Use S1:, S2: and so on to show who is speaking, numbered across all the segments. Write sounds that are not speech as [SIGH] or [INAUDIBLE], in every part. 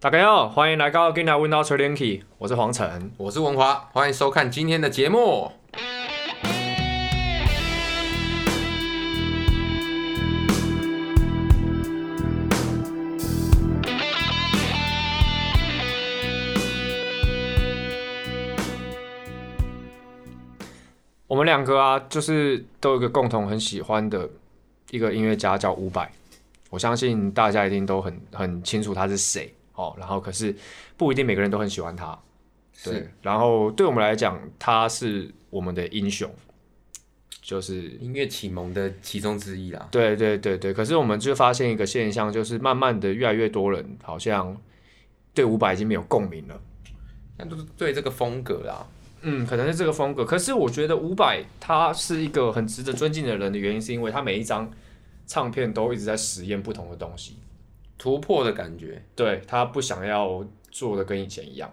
S1: 大家好，欢迎来到《跟来 Window t r a d i n g 我是黄晨。
S2: 我是文华，欢迎收看今天的节目。
S1: 我们两个啊，就是都有一个共同很喜欢的一个音乐家叫伍佰，我相信大家一定都很很清楚他是谁哦。然后可是不一定每个人都很喜欢他，对
S2: 是。
S1: 然后对我们来讲，他是我们的英雄，就是
S2: 音乐启蒙的其中之一啦。
S1: 对对对对，可是我们就发现一个现象，就是慢慢的越来越多人好像对伍佰已经没有共鸣了。
S2: 那都是对这个风格啦，
S1: 嗯，可能是这个风格。可是我觉得伍佰他是一个很值得尊敬的人的原因，是因为他每一张唱片都一直在实验不同的东西，
S2: 突破的感觉。
S1: 对他不想要做的跟以前一样。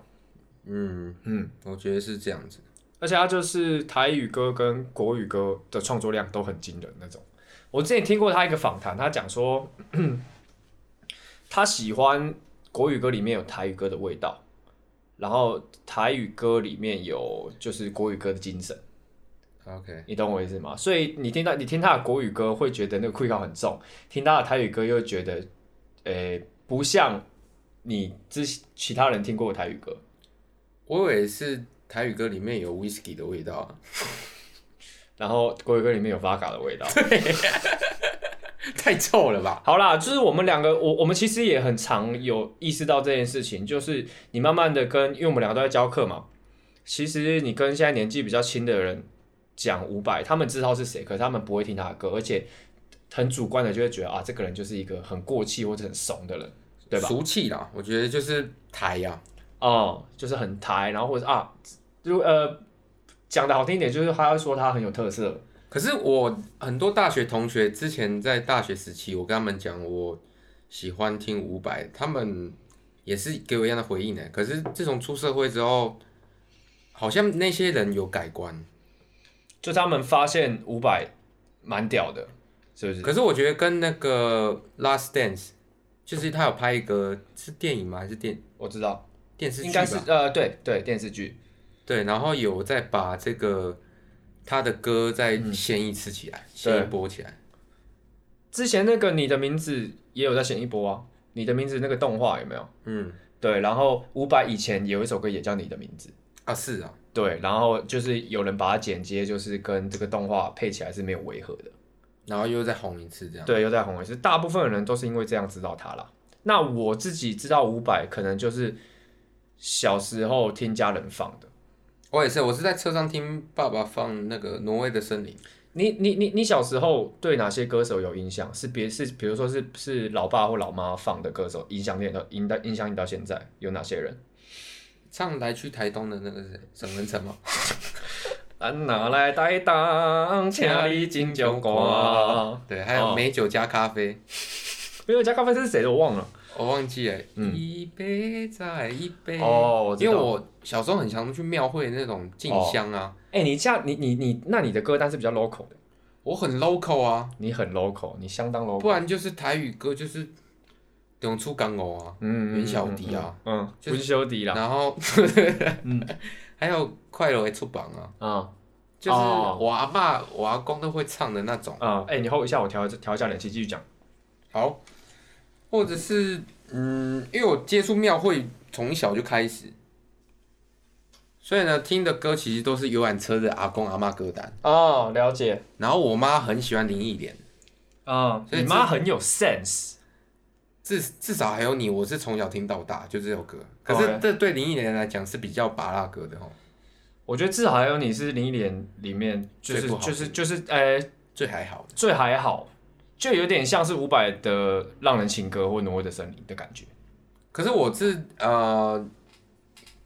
S2: 嗯
S1: 嗯，
S2: 我觉得是这样子。
S1: 而且他就是台语歌跟国语歌的创作量都很惊人那种。我之前听过他一个访谈，他讲说他喜欢国语歌里面有台语歌的味道，然后台语歌里面有就是国语歌的精神。
S2: OK，
S1: 你懂我意思吗？所以你听到你听他的国语歌，会觉得那个 q u 很重；听他的台语歌，又觉得，诶、不像你之其他人听过的台语歌。
S2: 我以为是台语歌里面有 whisky 的味道啊，
S1: 然后国语歌里面有 v 嘎的味道。
S2: 太臭了吧？
S1: 好啦，就是我们两个，我我们其实也很常有意识到这件事情，就是你慢慢的跟，因为我们两个都在教课嘛，其实你跟现在年纪比较轻的人讲伍佰，他们知道是谁，可是他们不会听他的歌，而且很主观的就会觉得啊，这个人就是一个很过气或者很怂的人，对吧？
S2: 俗气啦，我觉得就是台啊呀、
S1: 哦、就是很台，然后或者是啊，如呃讲的好听一点，就是他会说他很有特色，
S2: 可是我很多大学同学之前在大学时期，我跟他们讲我喜欢听伍佰，他们也是给我一样的回应呢。可是自从出社会之后，好像那些人有改观。
S1: 就他们发现伍佰蛮屌的，是不是？
S2: 可是我觉得跟那个《Last Dance》，就是他有拍一个是电影吗？还是电
S1: 我知道，
S2: 电视剧
S1: 应
S2: 吧？
S1: 该是呃对对电视剧，
S2: 对，然后有再把这个他的歌再
S1: 嗯
S2: 掀一次起来，掀一波起来。
S1: 之前那个你的名字也有在选一波啊，你的名字那个动画有没有？
S2: 嗯，
S1: 对，然后伍佰以前有一首歌也叫你的名字，
S2: 啊是啊，
S1: 对，然后就是有人把它剪接，就是跟这个动画配起来是没有违和的。
S2: 然后又再红一次这样。
S1: 对，又在红一次。大部分的人都是因为这样知道他啦。那我自己知道伍佰，可能就是小时候听家人放的。
S2: 我也是，我是在车上听爸爸放那个《挪威的森林》，
S1: 你你你你小时候对哪些歌手有印象？是别是比如说是是老爸或老妈放的歌手，影响你到影到影响你到现在有哪些人？
S2: 唱来去台东的那个谁，沈
S1: [LAUGHS]
S2: 文成嘛。
S1: 俺拿来带当，请你敬酒歌。
S2: 对，还有
S1: 哦
S2: 美酒加咖啡，
S1: [LAUGHS] 没有加咖啡是谁的我忘了。
S2: 我忘记了。
S1: 哦嗯
S2: 一杯再一杯。
S1: 哦我知
S2: 因
S1: 道
S2: 为我小时候很常去庙会那种进香啊，
S1: 哎、你这样你你你，那你的歌单是比较 local 的，
S2: 我很 local 啊，
S1: 你很 local，你相当 local。
S2: 不然就是台语歌就是永出港偶啊，
S1: 嗯，
S2: 袁小迪啊，
S1: 嗯，
S2: 就是
S1: 温修迪啦，
S2: 然后，
S1: 嗯
S2: [LAUGHS] 还有快乐会出榜啊，
S1: 啊
S2: 就是
S1: 哦
S2: 我阿爸、我阿公都会唱的那种。
S1: 啊，哎，你 hold 一下，我调调一下冷气，继续讲。
S2: 好，或者是嗯，因为我接触庙会从小就开始，所以呢，听的歌其实都是游览车的阿公阿妈歌单。
S1: 哦，了解。
S2: 然后我妈很喜欢林忆莲，
S1: 啊，
S2: 所以
S1: 你妈很有 sense。
S2: 至至少还有你，我是从小听到大，就这首歌。可
S1: OK
S2: 是这对林忆莲来讲是比较拔辣歌的哦，
S1: 我觉得至少还有你是林忆莲里面，就是
S2: 最不好
S1: 就
S2: 听
S1: 是就是，呃，
S2: 最还好的。
S1: 最还好，就有点像是伍佰的《浪人情歌》或《挪威的森林》的感觉。
S2: 可是我是呃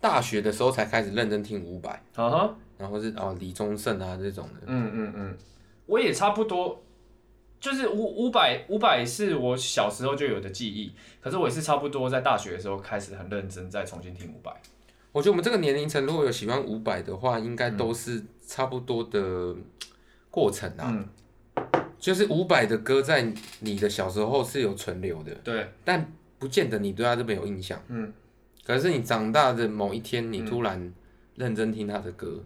S2: 大学的时候才开始认真听伍佰，
S1: 啊哈，
S2: 然后是哦李宗盛啊这种的。
S1: 嗯嗯嗯，我也差不多。就是伍伍佰，伍佰是我小时候就有的记忆，可是我也是差不多在大学的时候开始很认真再重新听伍佰。
S2: 我觉得我们这个年龄层如果有喜欢伍佰的话，应
S1: 嗯
S2: 该都是差不多的嗯过程啊。
S1: 嗯
S2: 就是伍佰的歌在你的小时候是有存留的，
S1: 对，
S2: 但不见得你对他这边有印象，
S1: 嗯，
S2: 可是你长大的某一天，你
S1: 嗯
S2: 突然认真听他的歌，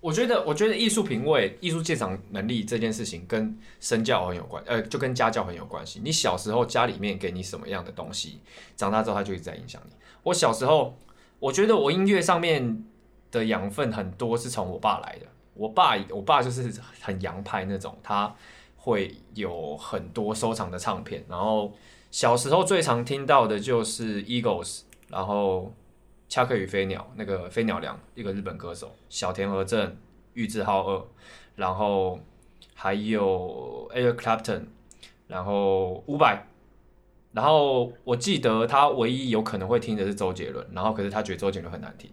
S1: 我觉得，我觉得艺术品味、艺术鉴赏能力这件事情跟身教很有关，呃，就跟家教很有关系。你小时候家里面给你什么样的东西，长大之后它就一直在影响你。我小时候，我觉得我音乐上面的养分很多是从我爸来的。我爸，我爸就是很洋派那种，他会有很多收藏的唱片。然后小时候最常听到的就是 Eagles，然后恰克与飞鸟，那个飞鸟良，一个日本歌手，小田和正、玉置浩二，然后还有 Eric Clapton，然后伍佰，然后我记得他唯一有可能会听的是周杰伦，然后可是他觉得周杰伦很难听，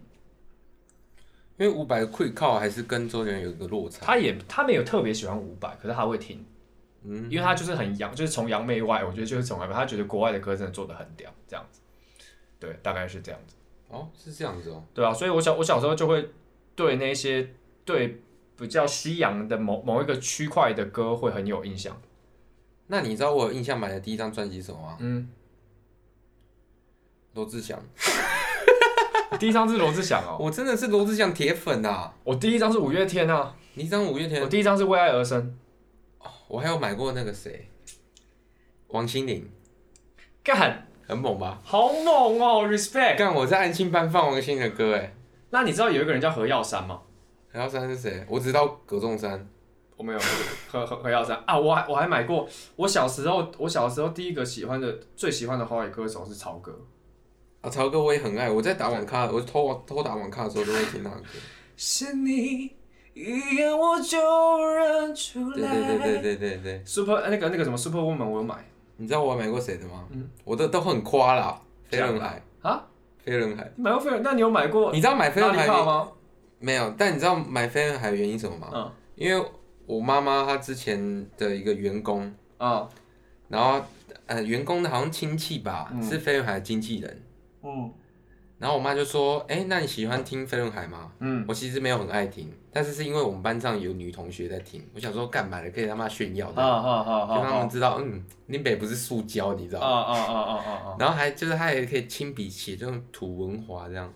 S2: 因为伍佰的 Quick Call 还是跟周杰伦有一个落差，
S1: 他也他没有特别喜欢伍佰，可是他会听，
S2: 嗯，
S1: 因为他就是很洋，就是崇洋媚外，我觉得就是崇洋媚外，他觉得国外的歌真的做的很屌，这样子，对，大概是这样子。
S2: 哦，是这样子哦，
S1: 对啊，所以我小我小时候就会对那些对比较西洋的某某一个区块的歌会很有印象。
S2: 那你知道我有印象买的第一张专辑是什么吗？
S1: 嗯，
S2: 罗志祥，
S1: 第一张是罗志祥哦，
S2: 我真的是罗志祥铁粉啊！
S1: 我第一张是五月天啊，
S2: 你一张五月
S1: 我
S2: 天，
S1: 第一张是为爱而生。
S2: 我还有买过那个谁，王心凌，
S1: 干，
S2: 很猛吧？
S1: 好猛哦，respect。
S2: 干，我在安亲班放王心凌的歌，哎，
S1: 那你知道有一个人叫何耀珊吗？
S2: 何耀珊是谁？我只知道葛仲珊，
S1: 我没有，何何何耀珊啊，我还我还买过。我小时候，我小时候第一个喜欢的、最喜欢的华语歌手是曹格。
S2: 啊，曹哥我也很爱，我在打网咖，我偷偷打网咖的时候都会听他的歌。
S1: 是你一眼我就认出
S2: 对对对对对对对，
S1: Super 呃那个那个什么 Super Woman 我有买
S2: 你知道我还买过谁的吗？
S1: 嗯
S2: 我的都很夸啦，飞轮海，
S1: 啊，
S2: 飞轮海。
S1: 你买过飞轮？那你有买过
S2: 你知道买飞轮海
S1: 拉力帕吗？
S2: 没有？但你知道买飞轮海的原因是什么吗？
S1: 嗯
S2: 因为我妈妈她之前的一个员工，
S1: 啊
S2: 然后呃员工的好像亲戚吧，
S1: 嗯
S2: 是飞轮海的经纪人。
S1: 嗯
S2: 然后我妈就说：“哎、那你喜欢听飞轮海吗？”
S1: 嗯
S2: 我其实没有很爱听，但是是因为我们班上有女同学在听，我想说干嘛的可以他妈炫耀的，
S1: 啊啊啊
S2: 就让他们
S1: 啊
S2: 知道，嗯，林北不是塑胶，你知道
S1: 啊
S2: 吗？
S1: 啊啊啊啊！
S2: 然后还就是他也可以亲笔写这种土文华这样，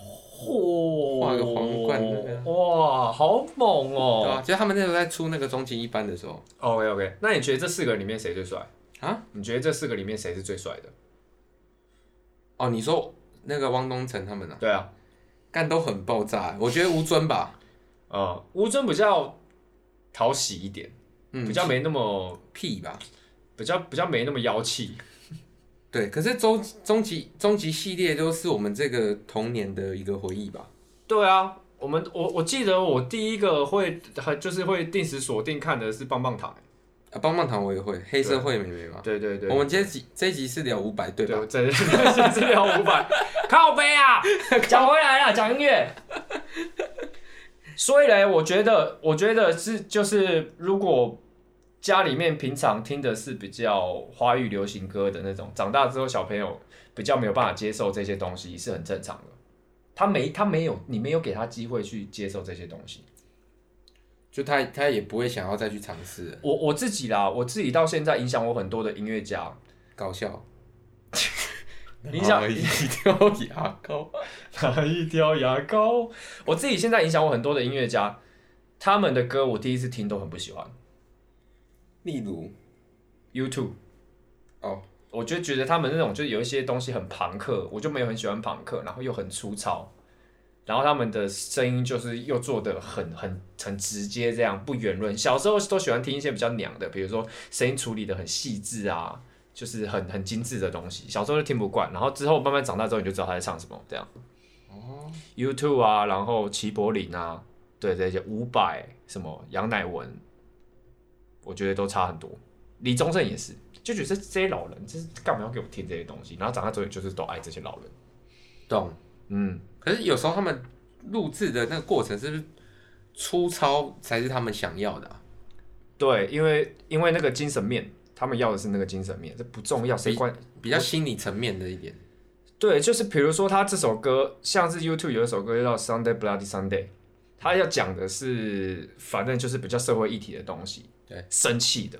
S1: 嚯
S2: 画个皇冠那个
S1: 哇，好猛
S2: 对
S1: 哦
S2: 啊，就是他们那时候在出那个终极一班的时候，
S1: ！OK OK，那你觉得这四个里面谁最帅
S2: 啊？
S1: 你觉得这四个里面谁是最帅的？
S2: 哦，你说那个汪东城他们啊，
S1: 对啊，
S2: 干都很爆炸，我觉得吴尊吧，
S1: 嗯，吴尊比较讨喜一点，
S2: 嗯，
S1: 比较没那么
S2: 屁吧，
S1: 比较比较没那么妖气。
S2: 对，可是终终极终极系列都是我们这个童年的一个回忆吧，
S1: 对啊，我们我我记得我第一个会很就是会定时锁定看的是棒棒糖。欸
S2: 啊，棒棒糖我也会，黑社会妹妹嘛，
S1: 对对对，
S2: 我们这集这集是聊五百对吧？
S1: 对，啊这这是 [LAUGHS] 聊五百，靠背啊，讲回来啊，讲音乐。所以嘞，我觉得，我觉得是就是，如果家里面平常听的是比较华语流行歌的那种，长大之后小朋友比较没有办法接受这些东西是很正常的。他没他没有你没有给他机会去接受这些东西。
S2: 就他他也不会想要再去尝试了
S1: 我我自己啦，我自己到现在影响我很多的音乐家，[LAUGHS]
S2: 搞笑。
S1: 你想
S2: 一 [LAUGHS] 条牙膏，
S1: 哪一条牙膏？我自己现在影响我很多的音乐家，他们的歌我第一次听都很不喜欢。
S2: 例如
S1: YouTube，
S2: 哦，
S1: 我就觉得他们那种就是有一些东西很朋克，我就没有很喜欢朋克，然后又很粗糙，然后他们的声音就是又做的很很很直接，这样不圆润。小时候都喜欢听一些比较娘的，比如说声音处理的很细致啊，就是很很精致的东西。小时候就听不惯，然后之后慢慢长大之后你就知道他在唱什么这样。
S2: 哦，
S1: YouTube 啊，然后齐柏林啊，对这些伍佰什么杨乃文，我觉得都差很多。李宗盛也是，就觉得这这些老人，这是干嘛要给我听这些东西？然后长大之后就是都爱这些老人。
S2: 懂。
S1: 嗯，
S2: 可是有时候他们录制的那个过程是不是粗糙才是他们想要的啊、
S1: 对，因为因为那个精神面，他们要的是那个精神面，这不重要，谁管？
S2: 比较心理层面的一点。
S1: 对，就是比如说他这首歌，像是 YouTube 有一首歌叫《Sunday Bloody Sunday》，他要讲的是，反正就是比较社会议题的东西。
S2: 对，
S1: 生气的，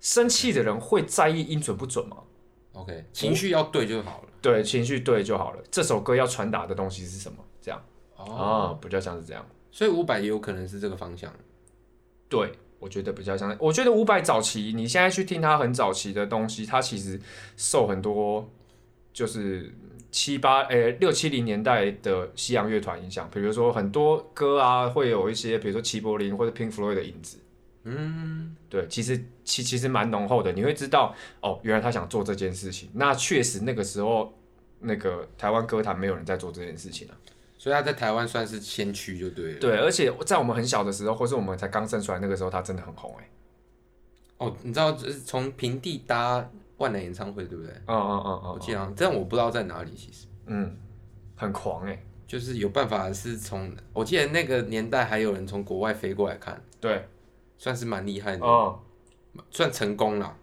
S1: 生气的人会在意音准不准吗？
S2: OK，情绪要对就好了。
S1: 对，情绪对就好了。这首歌要传达的东西是什么？这样
S2: 哦
S1: 啊，比较像是这样。
S2: 所以五百也有可能是这个方向。
S1: 对，我觉得比较像。我觉得伍佰早期，你现在去听他很早期的东西，他其实受很多就是七八诶六七零年代的西洋乐团影响，比如说很多歌啊，会有一些比如说齐柏林或者 Pink Floyd 的影子。
S2: 嗯，
S1: 对，其实其其实蛮浓厚的，你会知道哦，原来他想做这件事情。那确实那个时候，那个台湾歌坛没有人在做这件事情啊。
S2: 所以他在台湾算是先驱就对了。
S1: 对，而且在我们很小的时候，或是我们才刚生出来那个时候，他真的很红哎、
S2: 哦，你知道就是从平地搭万能演唱会对不对？
S1: 嗯嗯嗯
S2: 我
S1: 嗯
S2: 记得好像，但我不知道在哪里，其实
S1: 嗯，很狂哎、
S2: 就是有办法是从我记得那个年代还有人从国外飞过来看，
S1: 对，
S2: 算是蛮厉害的，
S1: 嗯。
S2: 算成功了。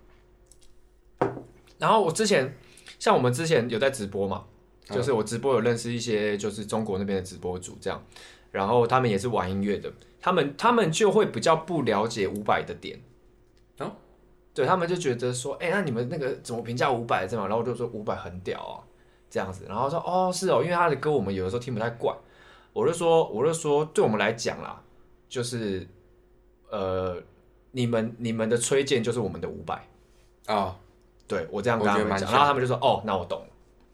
S1: 然后我之前像我们之前有在直播嘛，就是我直播有认识一些就是中国那边的直播主这样，然后他们也是玩音乐的，他们他们就会比较不了解伍佰的点，
S2: 哦，
S1: 对他们就觉得说，哎、那你们那个怎么评价伍佰这样？然后我就说伍佰很屌啊，这样子，然后说哦是哦，因为他的歌我们有的时候听不太惯，我就说我就说对我们来讲啦，就是呃你们你们的崔健就是我们的伍佰。
S2: 哦，
S1: 对我这样
S2: 我
S1: 跟他
S2: 觉
S1: 们
S2: 得蛮
S1: 讲，
S2: 像
S1: 然后他们就说：“哦，那我懂了。”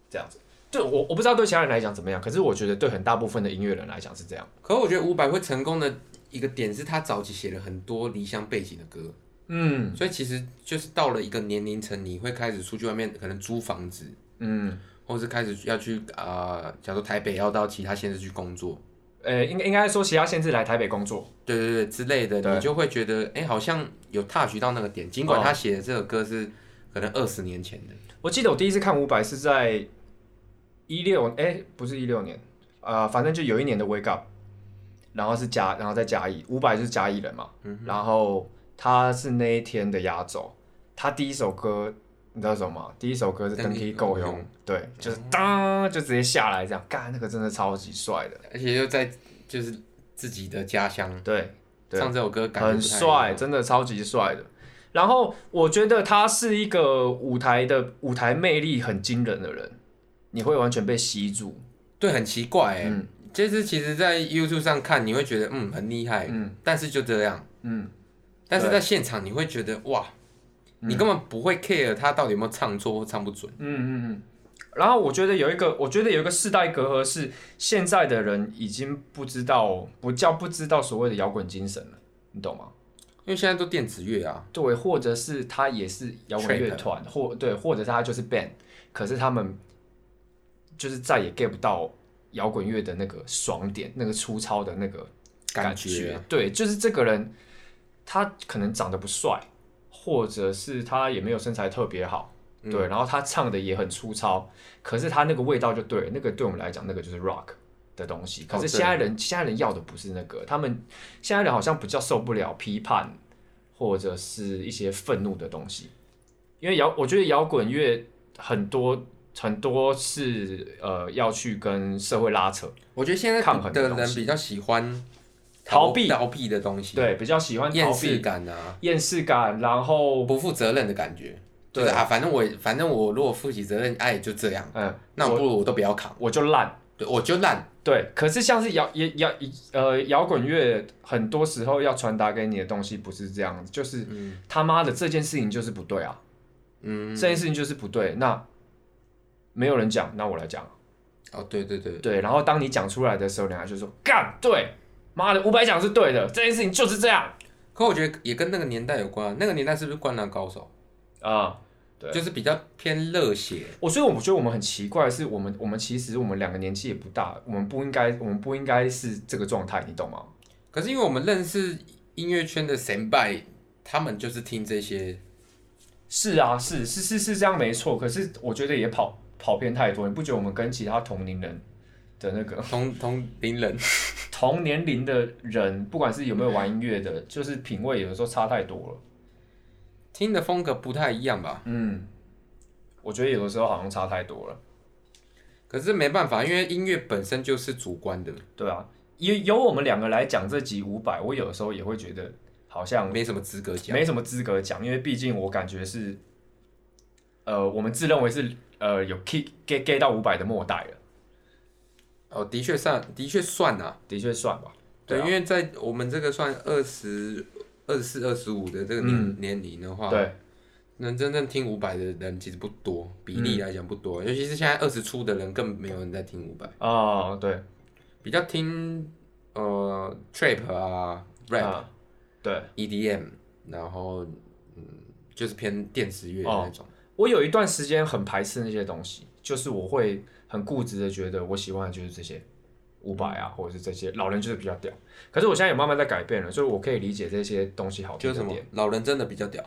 S1: 这样子，对我我不知道对其他人来讲怎么样，可是我觉得对很大部分的音乐人来讲是这样。
S2: 可我觉得伍佰会成功的一个点是他早期写了很多离乡背景的歌，
S1: 嗯
S2: 所以其实就是到了一个年龄层，你会开始出去外面可能租房子，
S1: 嗯，
S2: 或是开始要去啊、呃假如台北要到其他县市去工作，
S1: 呃，应该应该说其他县市来台北工作，
S2: 对对对之类的，
S1: 对哦
S2: 你就会觉得哎、好像有 touch 到那个点。尽管他写的这个歌是可能二十年前的，
S1: 我记得我第一次看伍佰是在一六，哎，不是一六年，呃，反正就有一年的 Wake Up，然后是嘉，然后在嘉义，伍佰就是嘉义人嘛，
S2: 嗯
S1: 然后他是那一天的压轴，他第一首歌你知道是什么吗？第一首歌是《
S2: 登
S1: 登
S2: 梯
S1: 梯够
S2: 够
S1: 用
S2: 用》，嗯
S1: 对，就是当就直接下来这样，干那个真的超级帅的，
S2: 而且又在就是自己的家乡
S1: 对，对
S2: 唱这首歌，感觉
S1: 很
S2: 不太一样
S1: 帅，。真的超级帅的。然后我觉得他是一个舞台的舞台魅力很惊人的人，你会完全被吸住。
S2: 对，很奇怪哎、
S1: 嗯
S2: 就是其实，在 YouTube 上看，你会觉得嗯很厉害，
S1: 嗯
S2: 但是就这样。
S1: 嗯，
S2: 但是在现场，你会觉得哇，你根本不会 care 他到底有没有唱错或唱不准。
S1: 嗯嗯嗯。然后我觉得有一个，我觉得有一个世代隔阂是现在的人已经不知道，不叫不知道所谓的摇滚精神了，你懂吗？
S2: 因为现在都电子乐啊，
S1: 对，或者是他也是摇滚
S2: Trap
S1: 乐团，或对，或者是他就是 band，可是他们就是再也 get 不到摇滚乐的那个爽点，那个粗糙的那个
S2: 感
S1: 感
S2: 觉啊
S1: 对，就是这个人他可能长得不帅，或者是他也没有身材特别好，
S2: 嗯
S1: 对，然后他唱的也很粗糙，可是他那个味道就对了，那个对我们来讲，那个就是 rock 的东西。可
S2: 哦
S1: 是
S2: 对
S1: 现在人、现在人要的不是那个，他们现在人好像比较受不了批判或者是一些愤怒的东西，因为摇我觉得摇滚乐很多很多是呃要去跟社会拉扯，
S2: 我觉得现在
S1: 抗衡的
S2: 的
S1: 东
S2: 人
S1: 西
S2: 比较喜欢
S1: 逃避
S2: 逃避的东西，，
S1: 对，比较喜欢逃
S2: 厌世
S1: 避、
S2: 感啊，
S1: 厌世感，然后
S2: 不负责任的感觉。
S1: 对
S2: 就是啊，反正我反正我如果负起责任，哎，就这样，
S1: 嗯，
S2: 那我
S1: 我
S2: 不如我都不要扛，
S1: 我就烂。
S2: 对，我就烂。
S1: 对，可是像是摇也摇呃摇滚乐，很多时候要传达给你的东西不是这样子，就是、他妈的这件事情就是不对啊，
S2: 嗯，
S1: 这件事情就是不对。那没有人讲，那我来讲。
S2: 哦，对对对，
S1: 对，然后当你讲出来的时候，人家就说干对，妈的五百讲是对的，这件事情就是这样
S2: 可我觉得也跟那个年代有关啊，那个年代是不是《灌篮高手
S1: 啊。》对
S2: 就是比较偏热血，
S1: 我所以我觉得我们很奇怪，是我们我们其实我们两个年纪也不大，我们不应该我们不应该是这个状态，你懂吗？
S2: 可是因为我们认识音乐圈的神拜，他们就是听这些，
S1: 是啊，是是是是这样没错，可是我觉得也跑跑偏太多，你不觉得我们跟其他同龄人的那个 [LAUGHS]
S2: 同 [LAUGHS] 同龄人，
S1: 同年龄的人，不管是有没有玩音乐的，就是品味有的时候差太多了。
S2: 听的风格不太一样吧？
S1: 嗯，我觉得有的时候好像差太多了。
S2: 可是没办法，因为音乐本身就是主观的，
S1: 对啊，由由我们两个来讲这集五百，我有的时候也会觉得好像
S2: 嗯没什么资格讲。
S1: 没什么资格讲，因为毕竟我感觉是呃，我们自认为是呃有 key get get 到五百的末代了，
S2: 哦，的确算，的确算啊，
S1: 的确算吧。
S2: 对，
S1: 对啊
S2: 因为在我们这个算二十二四、二十五的这个年、年龄的
S1: 嗯
S2: 话，
S1: 对，
S2: 能真正听伍佰的人其实不多，比例来讲不多，
S1: 嗯
S2: 尤其是现在二十出的人更没有人在听伍佰，
S1: 哦，对
S2: 比较听呃 trap 啊、rap、
S1: 啊对，
S2: EDM，然后嗯就是偏电子乐的那种。
S1: 我有一段时间很排斥那些东西，就是我会很固执的觉得我喜欢的就是这些五百啊，或者是这些老人就是比较屌。可是我现在也慢慢在改变了，所以我可以理解这些东西好
S2: 就
S1: 听
S2: 是
S1: 的
S2: 什么
S1: 点，
S2: 老人真的比较屌，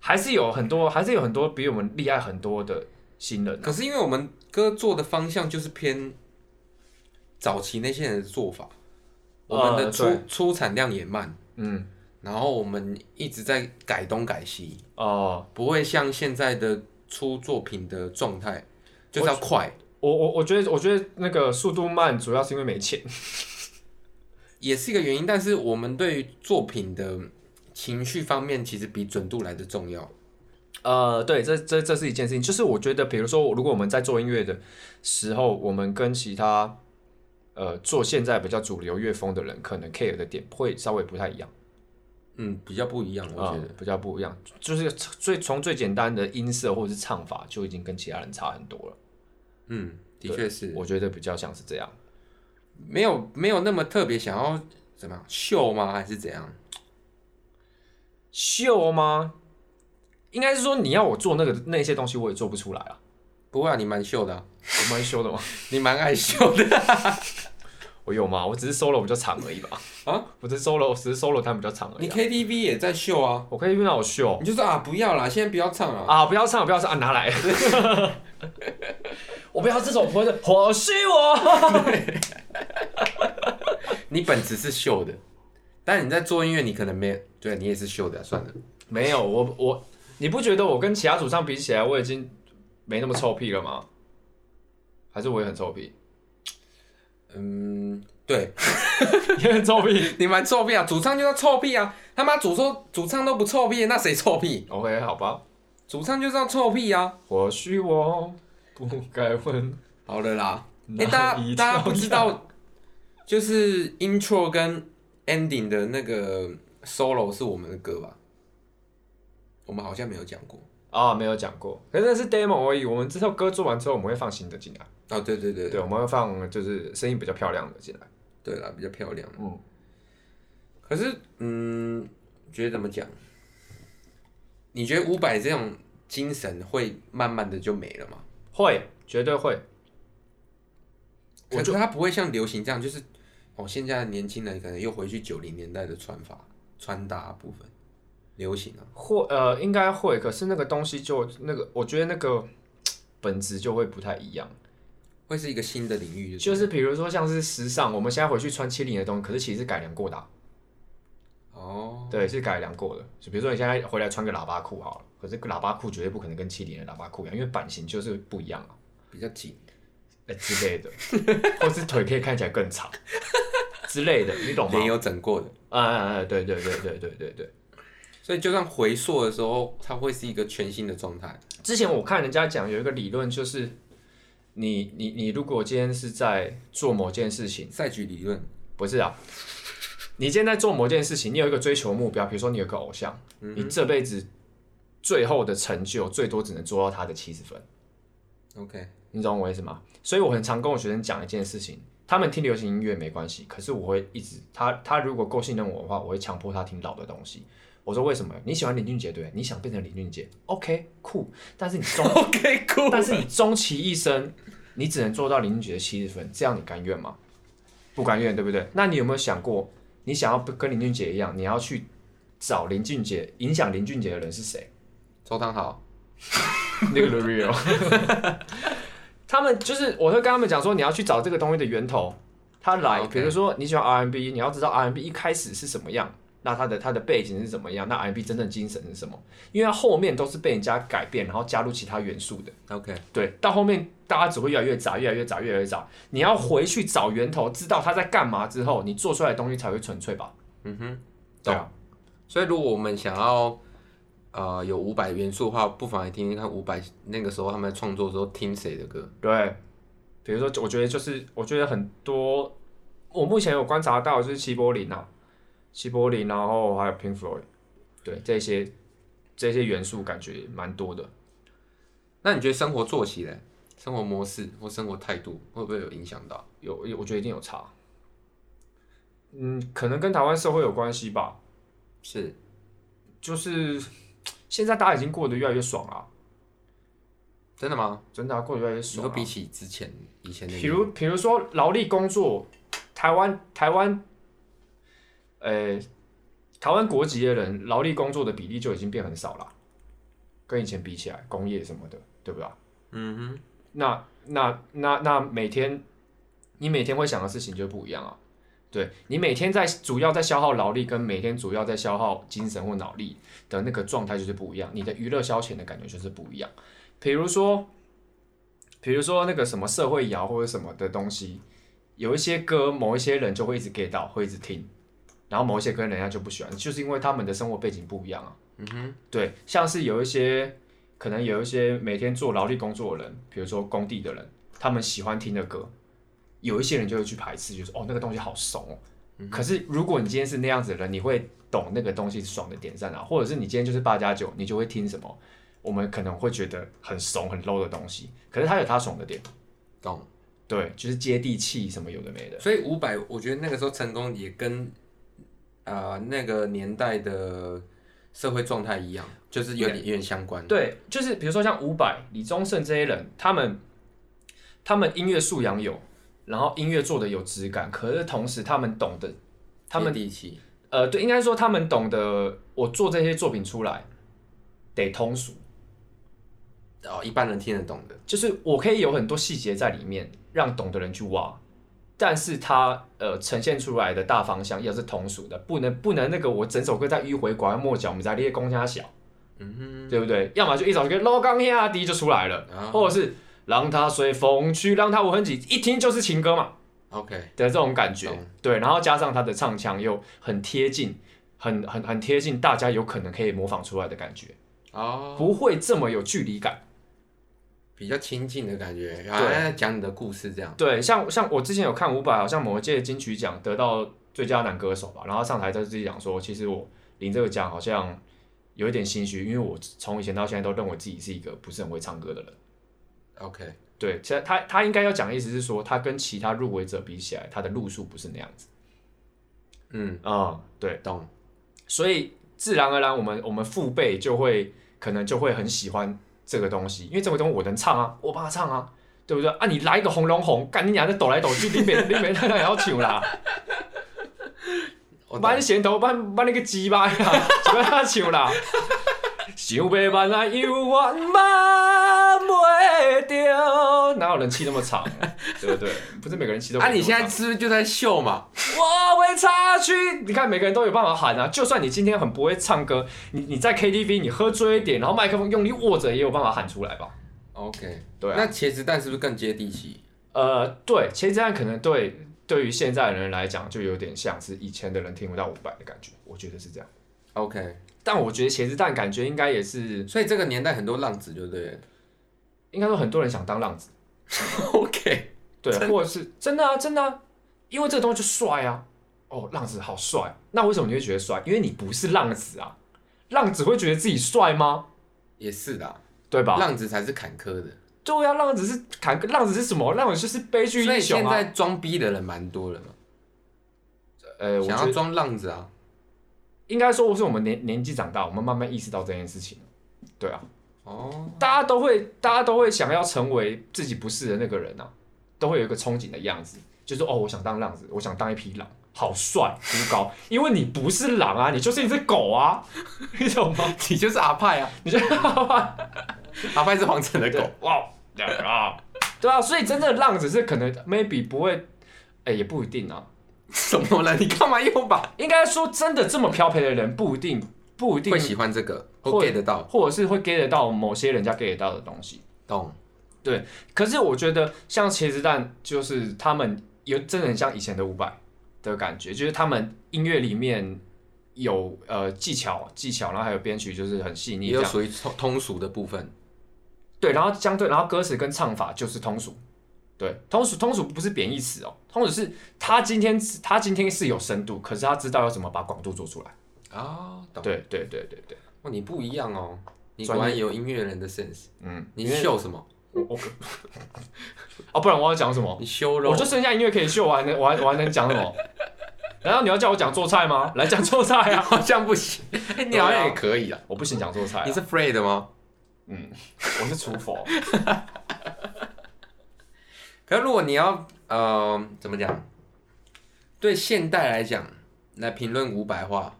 S1: 还是有很多，还是有很多比我们厉害很多的新人。
S2: 可是因为我们歌做的方向就是偏早期那些人的做法，我们的
S1: 呃
S2: 出、
S1: 啊对
S2: 出产量也慢，
S1: 嗯，
S2: 然后我们一直在改东改西，
S1: 哦、
S2: 不会像现在的出作品的状态，就是要快，
S1: 我我我觉得，我觉得那个速度慢，主要是因为没钱。
S2: 也是一个原因。但是我们对于作品的情绪方面，其实比准度来的重要。
S1: 呃，对，这这这是一件事情，就是我觉得，比如说，如果我们在做音乐的时候，我们跟其他呃做现在比较主流乐风的人，可能 care 的点会稍微不太一样，
S2: 嗯，比较不一样，我
S1: 啊
S2: 觉得。
S1: 比较不一样，就是最从最简单的音色或者是唱法就已经跟其他人差很多了，
S2: 嗯，的确是
S1: 我觉得比较像是这样。
S2: 没有没有那么特别想要怎么样秀吗？还是怎样？
S1: 秀吗？应该是说你要我做那个那些东西，我也做不出来啊，
S2: 不会啊，你蛮秀的啊、
S1: 我蛮秀的吗？ [LAUGHS]
S2: 你蛮爱秀的。
S1: 我有吗？我只是 solo 比较长而已吧。
S2: 啊，
S1: 我只是 solo，只是 solo 弹比较长而已
S2: [LAUGHS] 你
S1: 啊、
S2: KTV 也在秀啊，
S1: 我可以遇到我秀。
S2: 你就说啊，不要啦，现在不要唱了。
S1: 啊！不要唱，不要唱啊！拿来， [LAUGHS] 我不要这首不会的，或许我
S2: 你本质是秀的，但你在做音乐，你可能没有，对你也是秀的啊、算了。
S1: 没有我我，你不觉得我跟其他主唱比起来，我已经没那么臭屁了吗？还是我也很臭屁？
S2: 嗯，对，
S1: 也很臭屁。
S2: [LAUGHS] 你蛮臭屁啊！主唱就要臭屁啊！他妈主说主唱都不臭屁，那谁臭屁？
S1: OK，好吧，
S2: 主唱就是要臭屁啊！
S1: 或许我不该问
S2: 好了啦，哎、
S1: 哪
S2: 大
S1: 一条
S2: 家大家不知道，就是 intro 跟 ending 的那个 solo 是我们的歌吧？我们好像没有讲过。
S1: 啊，没有讲过，可是那是 demo 而已。我们这首歌做完之后，我们会放新的进来，
S2: 哦，对对对
S1: 对，我们会放就是声音比较漂亮的进来。
S2: 对啦，比较漂亮。
S1: 嗯，
S2: 可是，嗯，觉得怎么讲？你觉得伍佰这种精神会慢慢的就没了吗？
S1: 会，绝对会。我
S2: 可是他不会像流行这样，就是哦，现在的年轻人可能又回去九零年代的穿法、穿搭部分，流行啊，
S1: 或呃，应该会，可是那个东西就那个，我觉得那个本质就会不太一样。
S2: 会是一个新的领域，就
S1: 就是是比如说像是时尚，我们现在回去穿七零的东西，可是其实是改良过的啊、
S2: 哦，
S1: 对，是改良过的。就比如说你现在回来穿个喇叭裤好了，可是喇叭裤绝对不可能跟七零的喇叭裤一样，因为版型就是不一样啊，
S2: 比较紧。
S1: 呃之类的， [LAUGHS] 或是腿可以看起来更长之类的，你懂吗
S2: 没？有整过的，
S1: 啊啊啊！对对对对对对对。
S2: 所以就算回溯的时候，它会是一个全新的状态。
S1: 之前我看人家讲有一个理论，就是你你你如果今天是在做某件事情。
S2: 赛局理论，
S1: 不是啊，你今天在做某件事情，你有一个追求目标，比如说你有个偶像，你这辈子最后的成就最多只能做到他的七十分， [LAUGHS]
S2: OK，
S1: 你懂我意思吗？所以我很常跟我学生讲一件事情，他们听流行音乐没关系，可是我会一直他他如果够信任我的话，我会强迫他听老的东西。我说为什么？你喜欢林俊杰对不对？你想变成林俊杰，OK 酷，但是你终
S2: OK
S1: [LAUGHS]
S2: 酷
S1: 但是你终其一生，你只能做到林俊杰的七十分，这样你甘愿吗？不甘愿，对不对？那你有没有想过，你想要跟林俊杰一样，你要去找林俊杰，影响林俊杰的人是谁？
S2: [LAUGHS] 周汤豪，
S1: 那个 L'Oreal，他们就是我会跟他们讲说，你要去找这个东西的源头，它来，
S2: OK
S1: 比如说你喜欢 R&B，你要知道 R&B 一开始是什么样，那它的它的背景是怎么样，那 R&B 真正精神是什么？因为它后面都是被人家改变，然后加入其他元素的。
S2: OK，
S1: 对，到后面大家只会越来越杂，越来越杂，越来越杂。你要回去找源头，知道他在干嘛之后，你做出来的东西才会纯粹吧？
S2: 嗯哼，
S1: 对啊，
S2: 所以如果我们想要呃有伍佰元素的话，不妨来听听看伍佰那个时候他们在创作的时候听谁的歌。
S1: 对，比如说，我觉得就是，我觉得很多，我目前有观察到的就是齐柏林啊，齐柏林，然后还有 Pink Floyd，对这些这些元素感觉蛮多的。
S2: 那你觉得生活作息嘞、生活模式或生活态度会不会有影响到？
S1: 有，有我觉得一定有差。嗯，可能跟台湾社会有关系吧。
S2: 是，
S1: 就是现在大家已经过得越来越爽啊了、
S2: 真的吗？
S1: 真的啊、过得越来越
S2: 你
S1: 爽、啊。
S2: 说比起之前以前的你，
S1: 比如，比如说劳力工作，台湾台湾，呃，台湾国籍的人劳力工作的比例就已经变很少了，跟以前比起来，工业什么的，对不对？
S2: 嗯哼，
S1: 那那那那每天你每天会想的事情就不一样啊。对你每天在主要在消耗劳力，跟每天主要在消耗精神或脑力的那个状态就是不一样，你的娱乐消遣的感觉就是不一样。比如说，比如说那个什么社会摇或者什么的东西，有一些歌某一些人就会一直 get 到，会一直听，然后某一些歌人家就不喜欢，就是因为他们的生活背景不一样啊。
S2: 嗯哼，
S1: 对，像是有一些可能有一些每天做劳力工作的人，比如说工地的人，他们喜欢听的歌，有一些人就会去排斥，就是哦那个东西好怂哦。
S2: 嗯
S1: 可是如果你今天是那样子的人，你会懂那个东西爽的点在哪，或者是你今天就是八加九，你就会听什么我们可能会觉得很怂很 low 的东西，可是它有它爽的点，
S2: 懂。
S1: 对，就是接地气什么有的没的，
S2: 所以伍佰，我觉得那个时候成功也跟呃那个年代的社会状态一样，就是有点有点相关。，
S1: 对，就是比如说像伍佰、李宗盛这些人，他们他们音乐素养有，然后音乐做的有质感，可是同时他们懂得，他们
S2: 第一期
S1: 呃，对，应该说他们懂得，我做这些作品出来得通俗，
S2: 哦，一般人听得懂的。
S1: 就是我可以有很多细节在里面，让懂的人去挖。但是它呃呈现出来的大方向要是通俗的，不能不能那个我整首歌在迂回拐弯抹角，我们在列公家小，
S2: 嗯
S1: 对不对？要么就一早就跟老钢亚迪就出来了，
S2: 哼，然后
S1: 或者是让它随风去，让它无痕迹，一听就是情歌嘛
S2: OK，
S1: 的这种感觉
S2: 懂。
S1: 对，然后加上它的唱腔又很贴近，很很很贴近大家有可能可以模仿出来的感觉，
S2: 哦，
S1: 不会这么有距离感。
S2: 比较亲近的感觉，好像在讲你的故事这样。
S1: 对，像像我之前有看伍佰，好像某一届金曲奖得到最佳男歌手吧，然后上台他自己讲说，其实我领这个奖好像有一点心虚，因为我从以前到现在都认为自己是一个不是很会唱歌的人。
S2: OK，
S1: 对，其实他他应该要讲的意思是说，他跟其他入围者比起来，他的路数不是那样子。
S2: 嗯，
S1: 啊、对，
S2: 懂。
S1: 所以自然而然，我们我们父辈就会可能就会很喜欢这个东西，因为这个东西我能唱啊，我帮他唱啊，对不对？啊，你来一个红龙红，干你娘的抖来抖去，你别你别 [LAUGHS] 那也要抢啦，
S2: 我懂
S1: 搬弦头搬搬那个鸡巴 [LAUGHS] 呀，就跟他抢啦。想袂慢啊，犹原挽袂着，哪有人气那么长、啊？对不对？不是每个人气都可以
S2: [LAUGHS] 啊，你
S1: 那么
S2: 现
S1: 长
S2: 在是不是就在秀嘛？
S1: 我会插曲，你看每个人都有办法喊啊，就算你今天很不会唱歌，你你在 KTV 你喝醉一点，然后麦克风用力握着也有办法喊出来吧？
S2: OK，
S1: 对啊，
S2: 那茄子蛋是不是更接地气？
S1: 呃，对，其实这样可能对对于现在的人来讲，就有点像是以前的人听不到伍佰的感觉，我觉得是这样。
S2: OK，
S1: 但我觉得茄子蛋感觉应该也是，
S2: 所以这个年代很多浪子，对不对
S1: 应该说很多人想当浪子，
S2: [LAUGHS] ？OK，
S1: 对，或者是真的啊，真的啊，因为这个东西就帅啊，哦，浪子好帅，那为什么你会觉得帅？因为你不是浪子啊，浪子会觉得自己帅吗？
S2: 也是啦，
S1: 对吧？
S2: 浪子才是坎坷的。
S1: 对啊，浪子是砍，浪子是什么？浪子就是悲剧
S2: 所以
S1: 英雄
S2: 现
S1: 啊
S2: 在！装逼的人蛮多了嘛，
S1: 呃，我
S2: 想
S1: 觉
S2: 要
S1: 得
S2: 装浪子啊。
S1: 应该说是我们年年纪长大，我们慢慢意识到这件事情了。对啊，
S2: 哦，
S1: 大家都会，大家都会想要成为自己不是的那个人啊，都会有一个憧憬的样子，就是哦，我想当浪子，我想当一匹狼，好帅，孤高，因为你不是狼啊，你就是一只狗啊， [LAUGHS] 你懂吗？
S2: 你就是阿派 [LAUGHS] 啊，
S1: 你就
S2: 阿派是黄晨的狗。
S1: 对，哇，两个啊，对啊，所以真正的浪子是可能 maybe 不会，哎、也不一定啊，
S2: 什么了？你干嘛又把
S1: 应该说，真的这么漂培的人不一定不一定
S2: 会，喜欢这个，会
S1: 会
S2: get 得到？
S1: 或者是会 get 得到某些人家 get 得到的东西。
S2: 懂？
S1: 可是我觉得像茄子蛋，就是他们有真的很像以前的伍佰的感觉，就是他们音乐里面有呃技巧技巧，然后还有编曲就是很细腻
S2: 也
S1: 这
S2: 有
S1: 样。
S2: 属于通通俗的部分。
S1: 对，然后相对，然后歌词跟唱法就是通俗。对，通俗通俗不是贬义词哦，通俗是他今天他今天是有深度，可是他知道要怎么把广度做出来。
S2: 啊，懂。
S1: 对对对对对，
S2: 哇，你不一样哦，你
S1: 专
S2: 果
S1: 业
S2: 然有音乐人的 sense。
S1: 嗯，
S2: 你
S1: 因为
S2: 秀什么？
S1: 啊，不然我要讲什么？
S2: 你修肉
S1: 我就剩下音乐可以秀，我还能我还我还能讲什么？ [LAUGHS] 难道你要叫我讲做菜吗？ [LAUGHS] 来讲做菜啊！
S2: [LAUGHS]
S1: [LAUGHS]
S2: 好像不 [LAUGHS] 行。哎你好像也可以啊。
S1: 我不行讲做菜、
S2: 你
S1: 啊，
S2: 是 free 的吗？
S1: 我是厨佛。
S2: 可是如果你要呃怎么讲，对现代来讲来评论伍佰的话，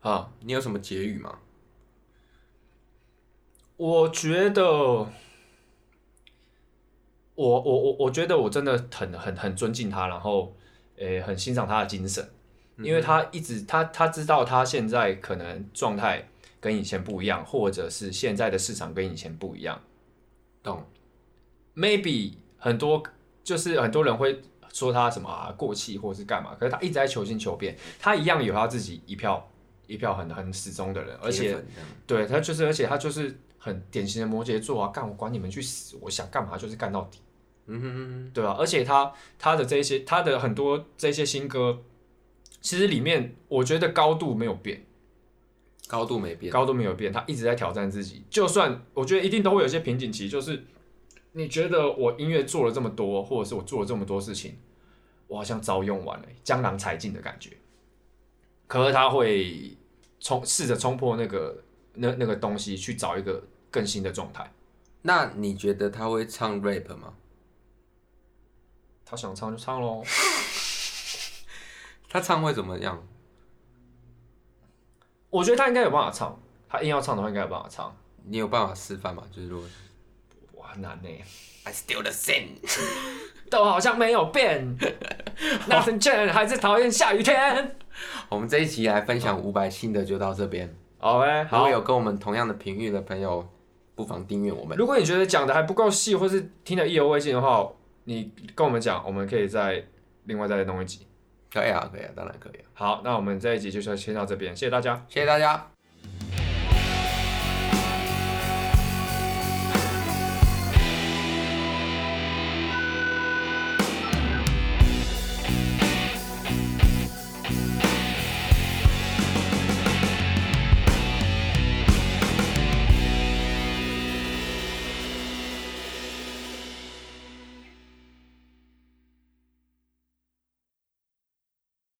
S1: 啊，
S2: 你有什么结语吗？
S1: 我觉得，我我我我觉得我真的很很很尊敬他，然后诶、很欣赏他的精神，因为他一直他他知道他现在可能状态跟以前不一样，或者是现在的市场跟以前不一样。
S2: 懂？
S1: maybe 很多就是很多人会说他什么啊过气或是干嘛，可是他一直在求新求变，他一样有他自己一票一票很很始终的人，而
S2: 铁
S1: 且
S2: 粉这样
S1: 对他就是而且他就是很典型的摩羯座啊，干我管你们去死，我想干嘛就是干到底，
S2: 嗯哼哼
S1: 对吧、啊而且他他的这些他的很多这些新歌，其实里面我觉得高度没有变。
S2: 哼，高度没变。
S1: 高度没有变，他一直在挑战自己。就算我觉得一定都会有一些瓶颈期，就是你觉得我音乐做了这么多，或者是我做了这么多事情，我好像早用完了，江郎才尽的感觉。可是他会冲试着冲破那个那那个东西，去找一个更新的状态。
S2: 那你觉得他会唱 rap 吗？
S1: 他想唱就唱喽，
S2: 他唱会怎么样？
S1: 我觉得他应该有办法唱，他硬要唱的话应该有办法唱。
S2: 你有办法示范吗？就是如果
S1: 哇，很难呢、
S2: I still the same，
S1: 都好像没有变，那成卷还是讨厌下雨天。
S2: 我们这一期来分享伍佰心得就到这边。
S1: 好呗、
S2: 如
S1: 好
S2: 果。有跟我们同样的评语的朋友，不妨订阅我们。
S1: 如果你觉得讲的还不够细，或是听得意犹未尽的话，你跟我们讲，我们可以再另外再弄一集。
S2: 可以啊，可以啊，当然可以啊。
S1: 好，那我们这一集就先到这边，谢谢大家。
S2: 谢谢大家。